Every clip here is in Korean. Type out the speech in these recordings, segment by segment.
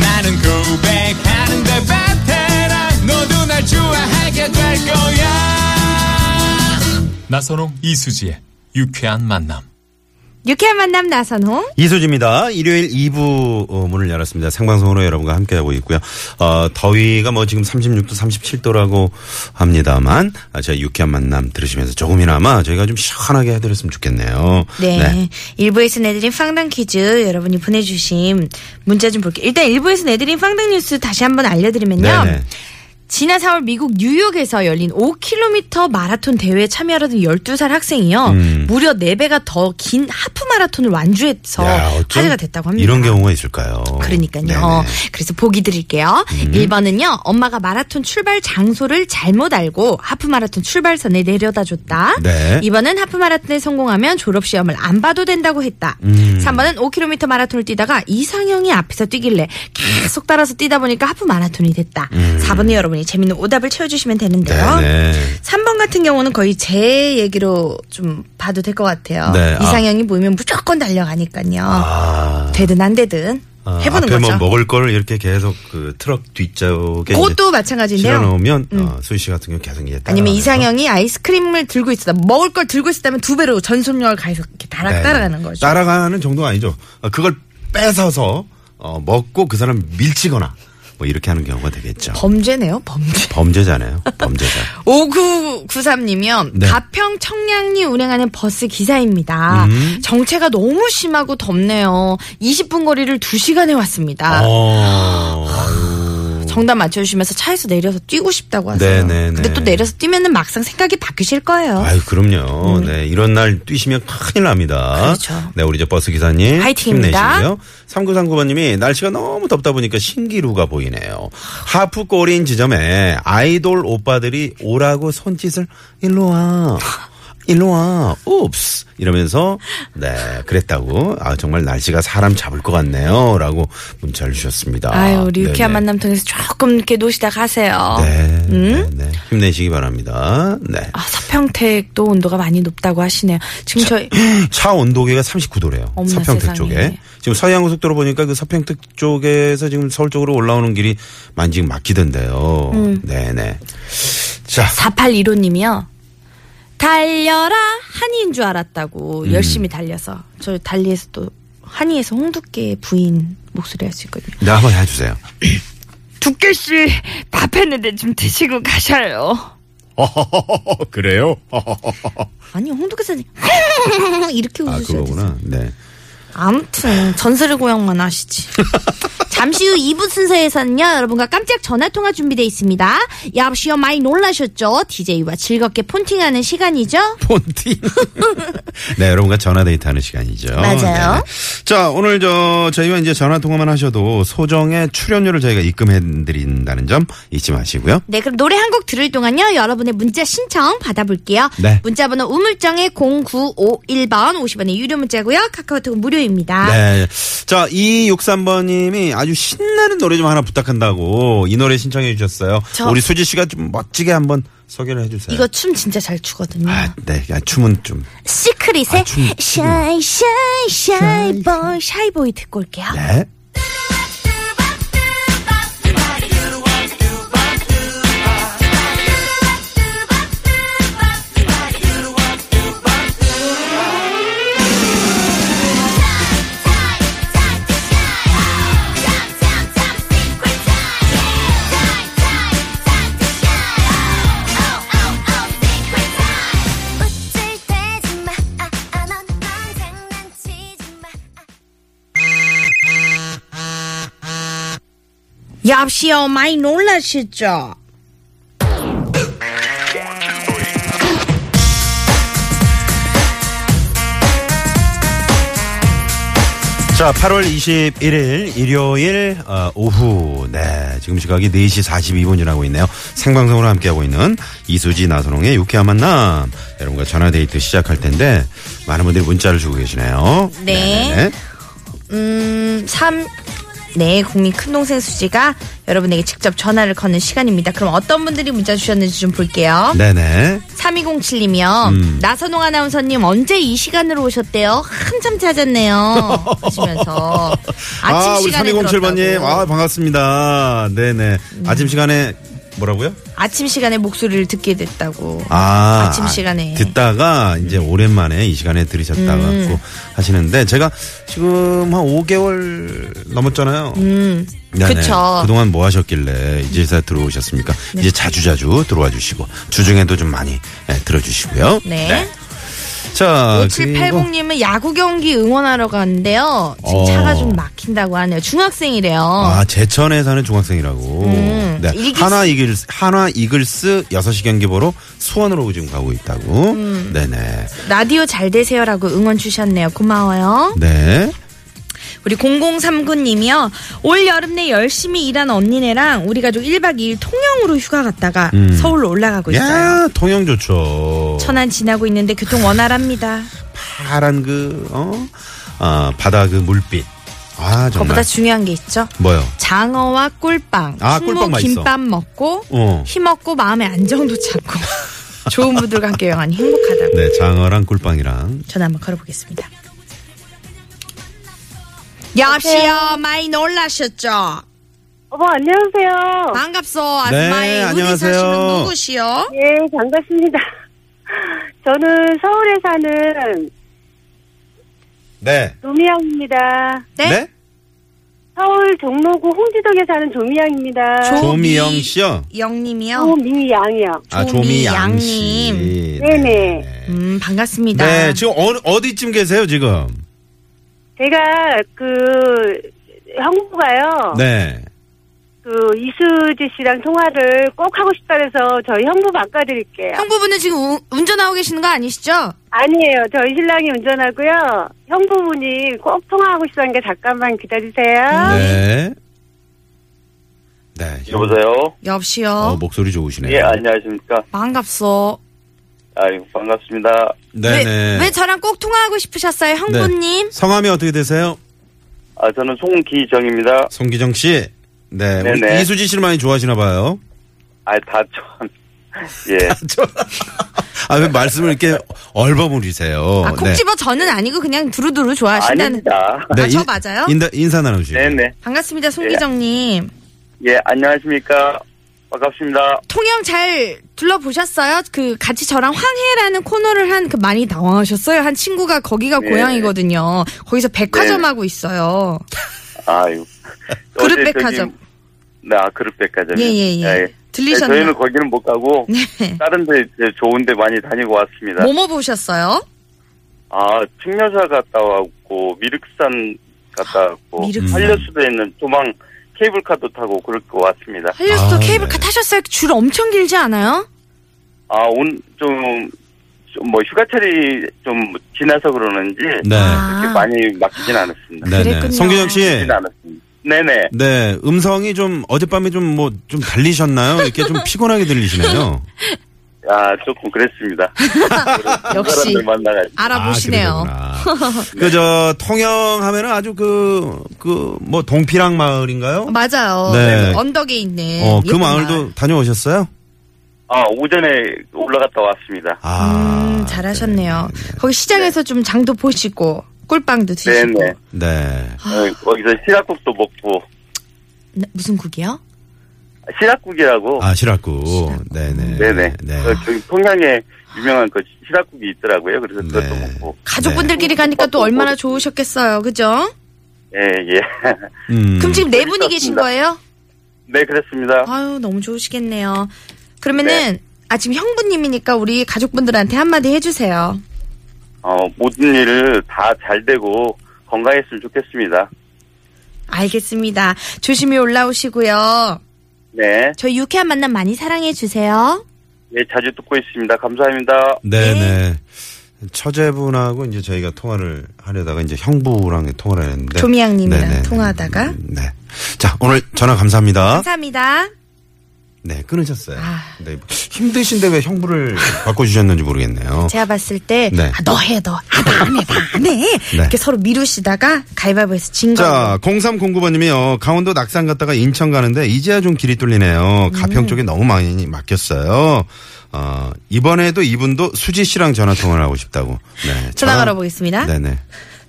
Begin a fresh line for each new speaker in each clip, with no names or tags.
나는 고백하는데 베테랑 너도 날 좋아하게 될 거야. 나선홍 이수지의 유쾌한 만남.
유쾌한 만남 나선홍.
이수지입니다. 일요일 2부 어, 문을 열었습니다. 생방송으로 여러분과 함께하고 있고요. 어, 더위가 뭐 지금 36도, 37도라고 합니다만 아, 저희 유쾌한 만남 들으시면서 조금이나마 저희가 좀 시원하게 해드렸으면 좋겠네요.
네. 일부에서 내드린 빵당 퀴즈 여러분이 보내주신 문자 좀 볼게요. 일단 일부에서 내드린 빵당 뉴스 다시 한번 알려드리면요.
네네.
지난 4월 미국 뉴욕에서 열린 5km 마라톤 대회에 참여하던 12살 학생이요.
음.
무려 4배가 더 긴 하프 마라톤을 완주해서
네. 야, 어쩜
화제가 됐다고 합니다.
이런 경우가 있을까요?
그러니까요.
어, 네네. 음.
그래서 보기 드릴게요. 1번은요. 엄마가 마라톤 출발 장소를 잘못 알고 하프 마라톤 출발선에 내려다 줬다.
네.
2번은 하프 마라톤에 성공하면 졸업 시험을 안 봐도 된다고 했다.
음.
3번은 5km 마라톤을 뛰다가 이상형이 앞에서 뛰길래 계속 따라서 뛰다 보니까 하프 마라톤이 됐다. 4번은 여러분이 재밌는 오답을 채워 주시면 되는데요.
음. 네네.
3번 같은 경우는 거의 제 얘기로 좀 봐도 될 것 같아요.
네, 아.
이상형이 보이면 무조건 달려가니까요.
아,
되든 안 되든
아,
해보는
앞에
거죠.
뭐 먹을 거를 이렇게 계속 그 트럭 뒷쪽에
그것도
이제
마찬가지인데요.
예.
음.
실어놓으면 어, 수희 씨 같은 경우 계속 이제
아니면
따라가면서
이상형이 아이스크림을 들고 있었다. 먹을 걸 들고 있었다면 두 배로 전속력을 가해서 이렇게 따라,
네.
따라가는 거죠.
따라가는 정도가 아니죠. 어, 그걸 뺏어서 어, 먹고 그 사람 밀치거나 뭐 이렇게 하는 경우가 되겠죠.
범죄네요, 범죄.
범죄잖아요. 범죄자.
5993님이요.
네.
가평 청량리 운행하는 버스 기사입니다.
음.
정체가 너무 심하고 덥네요. 20분 거리를 2시간에 왔습니다.
어,
아,
아유.
정답 맞춰주시면서 차에서 내려서 뛰고 싶다고 하세요.
네네네.
근데 또 내려서 뛰면은 막상 생각이 바뀌실 거예요.
아유, 그럼요. 네, 이런 날 뛰시면 큰일 납니다.
음. 그렇죠.
네, 우리 저 버스 기사님
화이팅입니다.
힘내시고요. 3939번님이 날씨가 너무 덥다 보니까 신기루가 보이네요. 하프 골인 지점에 아이돌 오빠들이 오라고 손짓을 일로 와. 일로 와. 옵스. 이러면서 네, 그랬다고. 아, 정말 날씨가 사람 잡을 것 같네요. 라고 문자를 주셨습니다.
아유, 우리 어. 유쾌한
네네.
만남 통해서 조금 이렇게 노시다 가세요.
네,
음?
네, 네. 힘내시기 바랍니다. 네.
아, 서평택도 온도가 많이 높다고 하시네요. 지금 저희,
차 온도계가 39도래요.
어머나
서평택
세상에.
쪽에. 지금 서해안고속도로 보니까 그 서평택 쪽에서 지금 서울 쪽으로 올라오는 길이 많이 지금 막히던데요.
음.
네네. 자,
481호님이요. 달려라! 한이인 줄 알았다고.
음.
열심히 달려서. 저 달리에서 또, 한이에서 홍두깨 부인 목소리 할 수 있거든요.
나 네, 한번 해주세요.
두깨씨, 밥 했는데 좀 드시고 가셔요.
그래요?
아니, 홍두깨사님, 이렇게
아,
웃으셔야 돼요.
그거구나. 네.
아무튼 전설의 고향만 아시지. 잠시 후 2부 순서에서는요, 여러분과 깜짝 전화 통화 준비되어 있습니다. 여보시요, 많이 놀라셨죠? DJ와 즐겁게 폰팅하는 시간이죠?
폰팅. 네, 여러분과 전화 데이트 하는 시간이죠.
맞아요.
네네. 자, 오늘 저, 저희와 이제 전화 통화만 하셔도 소정의 출연료를 저희가 입금해드린다는 점 잊지 마시고요.
네, 그럼 노래 한 곡 들을 동안요, 여러분의 문자 신청 받아볼게요.
네.
문자번호 우물정의 0951번, 50원의 유료 문자고요 카카오톡은 무료입니다.
네. 자, 263번님이 아주 신나는 노래 좀 하나 부탁한다고 이 노래 신청해 주셨어요.
저-
우리 수지 씨가 좀 멋지게 한번 소개를 해 주세요.
이거 춤 진짜 잘 추거든요.
아, 네. 야, 춤은 좀.
시크릿의
아, 춤, 춤.
샤이, 샤이, 샤이, 보이, 샤이 보이 듣고 올게요.
네.
엽시요 많이 놀라셨죠?
자, 8월 21일 일요일 어, 오후 네 지금 시각이 4시 42분 지나고 있네요. 생방송으로 함께하고 있는 이수지 나선홍의 유쾌한 만남 여러분과 전화데이트 시작할 텐데 많은 분들이 문자를 주고 계시네요.
네.
네네네.
음, 3. 네, 국민 큰동생 수지가 여러분에게 직접 전화를 거는 시간입니다. 그럼 어떤 분들이 문자 주셨는지 좀 볼게요.
네네. 음.
3207님이요. 나선홍 아나운서님 언제 이 시간으로 오셨대요? 한참 찾았네요. 하시면서 아침
아, 우리
시간에
3207번님.
들었다고.
아, 반갑습니다. 네네. 아침 시간에 뭐라고요?
아침 시간에 목소리를 듣게 됐다고.
아,
아침 시간에. 음.
듣다가 이제 오랜만에 이 시간에 들으셨다고 하시는데 제가 지금 한 5개월 넘었잖아요. 네네.
음. 그쵸. 음. 네.
그동안 뭐 하셨길래 이제서 들어오셨습니까? 이제 자주자주 들어와 주시고 주중에도 좀 많이 예, 들어주시고요.
네.
아, 자,
5780님은 야구 경기 응원하러 갔는데요. 지금
어.
차가 좀 막힌다고 하네요. 중학생이래요.
아, 제천에 사는 중학생이라고. 네.
음. 이글스.
한화 이글스, 한화 이글스 6시 경기 보러 수원으로 지금 가고 있다고.
음.
네네.
라디오 잘 되세요라고 응원 주셨네요. 고마워요.
네.
우리 0039님이요. 올 여름 내 열심히 일한 언니네랑 우리 가족 1박 2일 통영으로 휴가 갔다가
음.
서울로 올라가고 있어요.
야, 통영 좋죠.
천안 지나고 있는데 교통 원활합니다.
파란 그, 어, 아, 바다 그 물빛. 아, 정말.
그것보다 중요한 게 있죠.
뭐요?
장어와 꿀빵,
아,
충무
꿀빵 맛있어.
김밥 먹고
어.
힘없고 마음의 안정도 찾고 좋은 분들과 함께 여행하니 행복하다고.
네, 장어랑 꿀빵이랑.
전화 한번 걸어보겠습니다. 여보세요. 많이 놀라셨죠?
어머 안녕하세요.
반갑소. 아줌마이
네,
어디
안녕하세요.
사시는 누구시요?
예 반갑습니다. 저는 서울에 사는
네.
조미양입니다.
네?
서울 종로구 홍지동에 사는 조미양입니다.
조-
조미영 씨요?
영님이요.
조미양이요.
아, 조미양
조미양
씨.
님.
네네.
음 반갑습니다.
네, 지금 어, 어디쯤 계세요, 지금?
제가 그
어.
형부가요.
네.
그 이수지 씨랑 통화를 꼭 하고 싶다 해서 저희 형부 바꿔드릴게요.
형부분은 지금 우- 운전하고 계시는 거 아니시죠?
아니에요. 저희 신랑이 운전하고요. 형부분이 꼭 통화하고 싶다니까 잠깐만 기다리세요.
아.
네. 네.
예. 여보세요?
여보시요.
어, 목소리 좋으시네요.
예, 안녕하십니까.
반갑소.
아이고, 반갑습니다.
네네. 네.
왜, 왜 저랑 꼭 통화하고 싶으셨어요, 형부님?
성함이 어떻게 되세요?
아, 저는 송기정입니다.
송기정 씨. 네. 우리
네네.
이수지 씨를 많이 좋아하시나 봐요.
아, 다 참. 예.
아, 왜 말씀을 이렇게 얼버무리세요? 네.
아, 콕 집어 저는 아니고 그냥 두루두루 좋아하신다는. 예.
아닙니다.
아, 저 맞아요?
인사, 인사 나누시죠.
네네.
반갑습니다, 송기정님.
예, 안녕하십니까. 반갑습니다.
통영 잘 둘러보셨어요? 그 같이 저랑 황해라는 코너를 한 그 많이 당황하셨어요. 한 친구가 거기가
네.
고향이거든요. 거기서 백화점 하고 있어요.
아유.
그릇
어제 저기-
백화점.
네, 아, 그릇 백화점.
예, 예, 예. 들리셨나요?
네, 저희는 거기는 못 가고,
네.
다른 데 이제 좋은 데 많이 다니고 왔습니다.
뭐뭐 보셨어요?
아, 측녀사 갔다 왔고, 미륵산 갔다 왔고,
아, 미륵산.
한려수도에 있는 도망 케이블카도 타고 그렇게 왔습니다.
한류스토
아,
케이블카
네.
타셨어요? 줄 엄청 길지 않아요?
아, 온, 좀, 좀 뭐, 휴가철이 좀 지나서 그러는지,
네.
그렇게
아.
많이 막히진 않았습니다.
네네.
그랬군요.
성기정 씨.
막히진 않았습니다. 네네.
네. 음성이 좀 어젯밤에 좀 뭐 좀 달리셨나요? 이렇게 좀 피곤하게 들리시네요.
아, 조금 그랬습니다.
역시.
사람들 만나가지고.
알아보시네요.
그저 통영 하면은 아주 그 그 뭐 동피랑 마을인가요?
어, 맞아요. 뭐
네.
언덕에 있는.
어, 그
예쁜
마을도
마을.
다녀오셨어요?
아, 오전에 올라갔다 왔습니다.
아.
음, 잘하셨네요. 거기 시장에서 좀 장도 보시고 꿀빵도 드시고.
네네.
네.
아.
어, 거기서 시락국도 먹고,
나- 네, 무슨 국이요?
시락국이라고.
아, 실학구. 네네.
네네.
네.
어, 저기 통영에 유명한 그 시락국이 있더라고요. 그래서 그것도
네.
먹고.
가족분들끼리 가니까 또 얼마나 좋으셨겠어요, 그죠?
예, 예.
음.
그럼 지금 네 분이 계신
재밌었습니다.
거예요?
네, 그랬습니다.
아유 너무 좋으시겠네요.
네.
그러면은 아 지금 형부님이니까 우리 가족분들한테 한마디 해주세요.
어, 모든 일 다 잘 되고 건강했으면 좋겠습니다.
알겠습니다. 조심히 올라오시고요.
네.
저희 유쾌한 만남 많이 사랑해 주세요.
예, 자주 듣고 있습니다. 감사합니다.
네, 네네. 처제분하고 이제 저희가 통화를 하려다가 이제 형부랑 통화를 했는데
조미양님이랑
네네.
통화하다가?
네. 자 오늘 전화 감사합니다.
감사합니다.
네 끊으셨어요.
아.
네. 힘드신데 왜 형부를 바꿔주셨는지 모르겠네요.
제가 봤을 때,
네.
아, 너 해, 너. 아, 나안 해, 나안 해. 이렇게 서로 미루시다가 가위바위보에서 진 거.
자, 0309번님이요. 강원도 낙산 갔다가 인천 가는데 이제야 좀 길이 뚫리네요.
음.
가평 쪽에 너무 많이 막혔어요. 어, 이번에도 이분도 수지 씨랑 전화 통화를 하고 싶다고. 네.
전화
저랑-
걸어보겠습니다.
네네.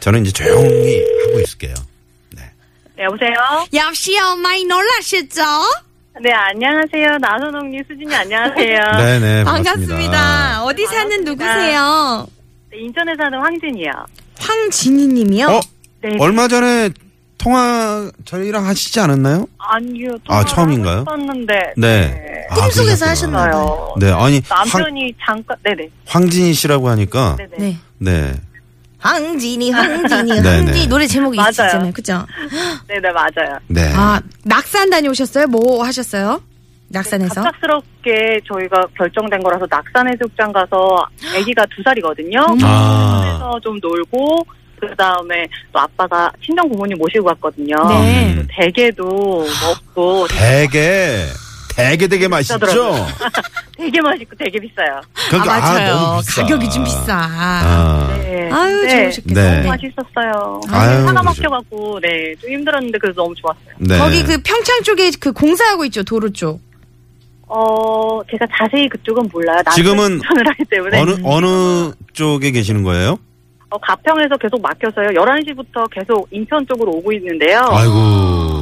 저는 이제 조용히 하고 있을게요. 네.
네, 여보세요?
역시요, 많이 놀라셨죠?
네, 안녕하세요. 나선홍님, 수진이 안녕하세요.
아,
네네. 반갑습니다.
반갑습니다. 어디 사는 누구세요?
네, 인천에 사는 황진이요.
황진희 님이요?
어?
네.
얼마 전에 통화 저희랑 하시지 않았나요?
아니요.
아,
통화를
처음인가요?
하고 싶었는데.
네. 아,
꿈속에서
그러셨구나.
하셨나 봐요.
저요.
네, 아니 황,
남편이 잠깐, 네네.
황진희 씨라고 하니까
네네.
네.
네.
황진이, 황진이,
네네.
황진이 노래 제목이
맞아요.
있으시잖아요. 그죠?
네네, 맞아요.
네.
아, 낙산 다녀오셨어요? 뭐 하셨어요? 낙산에서?
갑작스럽게 저희가 결정된 거라서 낙산해수욕장 가서 아기가 두 살이거든요.
음.
아.
그래서 좀 놀고 그 다음에 또 아빠가 친정 부모님 모시고 갔거든요.
네.
음.
대게도 먹고
되게 되게 되게 맛있죠.
비싸더라고요. 되게 맛있고 되게 비싸요.
아,
그러니까,
맞아요.
너무 비싸.
가격이 좀 비싸.
아.
네.
아유,
네.
좋으셨겠어요.
네.
너무 맛있었어요.
아유,
화가
그러죠.
막혀갖고 네 좀 힘들었는데 그래서 너무 좋았어요.
네.
거기 그 평창 쪽에 그 공사하고 있죠, 도로 쪽.
어 제가 자세히 그쪽은 몰라요. 남편
지금은
추천을 하기 때문에
네.
어느 어느 쪽에 계시는 거예요?
어, 가평에서 계속 막혀서요. 11시부터 계속 인천 쪽으로 오고 있는데요.
어.
아이고.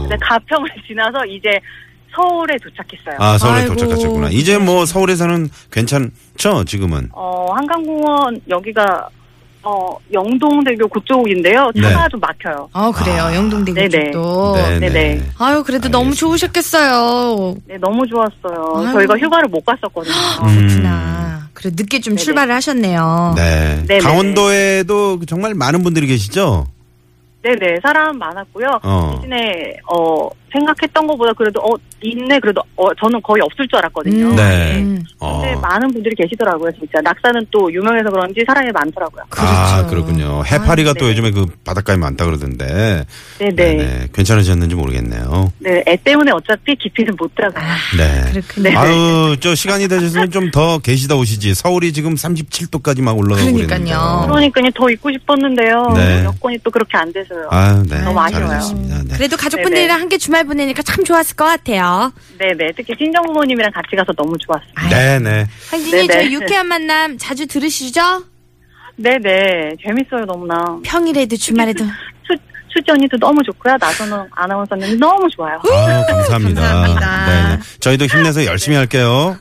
네,
근데 가평을 지나서 이제 서울에 도착했어요.
아 서울에
아이고.
도착하셨구나. 이제 뭐 서울에서는 괜찮죠 지금은.
어, 한강공원 여기가 어, 영동대교 그쪽인데요. 차가
네.
좀 막혀요.
아, 그래요.
아,
영동대교
네네.
쪽도.
네네.
아유, 그래도 너무
알겠습니다.
좋으셨겠어요.
네, 너무 좋았어요.
아유.
저희가 휴가를 못 갔었거든요.
어,
음.
그렇구나. 그래, 늦게 좀
네네.
출발을 어. 하셨네요.
네.
네네.
강원도에도 정말 많은 분들이 계시죠.
네네, 사람 많았고요.
어.
대신에 어, 생각했던 것보다 그래도 어, 있네. 그래도 어, 저는 거의 없을 줄 알았거든요.
음.
네.
음,
어.
근데 많은 분들이 계시더라고요, 진짜. 낙사는 또 유명해서 그런지 사람이 많더라고요.
그렇죠.
아 그렇군요. 해파리가
아,
또
네.
요즘에 그 바닷가에 많다 그러던데.
네네.
네네. 괜찮으셨는지 모르겠네요.
네, 애 때문에 어차피 깊이는 못 들어가요.
네.
그렇군요.
아유, 저 시간이 되셨으면 좀 더 계시다 오시지. 서울이 지금 37도까지 막 올라가고
그러니까요.
그랬는데.
그러니까 더 있고 싶었는데요.
네.
여건이 또 그렇게 안 돼서요.
아유, 네.
너무 아쉬워요.
잘하셨습니다. 네.
그래도 가족분들이랑
네네.
함께 주말 보내니까 참 좋았을 것 같아요.
네네, 특히 친정 부모님이랑 같이 가서 너무 좋았어요.
네, 네.
황진이
네네.
저희 유쾌한 만남 자주 들으시죠?
네네 재밌어요 너무나
평일에도 주말에도.
수, 수지 언니도 너무 좋고요 나선호 아나운서님 너무 좋아요
아유, 감사합니다.
감사합니다.
네, 네. 저희도 힘내서 열심히 할게요.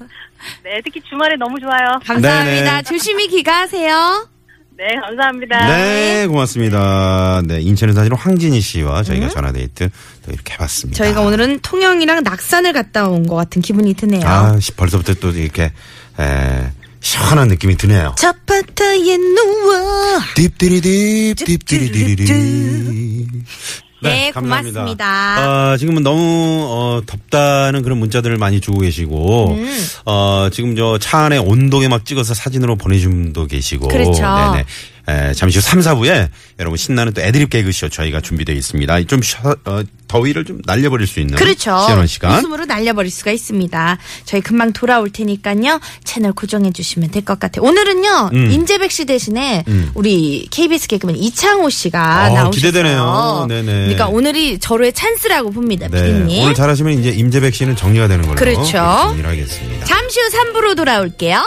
네 특히 주말에 너무 좋아요
감사합니다.
네네.
조심히 귀가하세요.
네 감사합니다
네, 고맙습니다. 네, 인천에 사시는 황진희 씨와 저희가 전화데이트 또 이렇게 해봤습니다.
음? 저희가 오늘은 통영이랑 낙산을 갔다 온 것 같은 기분이 드네요.
아, 씨, 벌써부터 또 이렇게, 에, 시원한 느낌이 드네요.
첫 파타에 누워.
딥디리딥, 딥디리디리리.
네,
감사합니다.
고맙습니다.
아, 지금은 너무 어, 덥다는 그런 문자들을 많이 주고 계시고,
음.
어, 지금 저 차 안에 온도계 막 찍어서 사진으로 보내준 분도 계시고,
그렇죠.
네네. 에, 잠시 후 3, 4부에 여러분 신나는 또 애드립 개그쇼 저희가 준비되어 있습니다. 좀 쉬어- 어, 더위를 좀 날려버릴 수 있는
그렇죠.
시원한 시간.
웃음으로 날려버릴 수가 있습니다. 저희 금방 돌아올 테니까요. 채널 고정해 주시면 될 것 같아요. 오늘은요.
음.
임재백 씨 대신에 우리 KBS 개그맨 이창호 씨가
어,
나오셨어요.
기대되네요. 네네.
그러니까 오늘이 저로의 찬스라고 봅니다.
네,
피디님.
오늘 잘하시면 이제 임재백 씨는 정리가 되는 걸로
그렇죠.
그렇게 정리를 하겠습니다.
잠시 후 3부로 돌아올게요.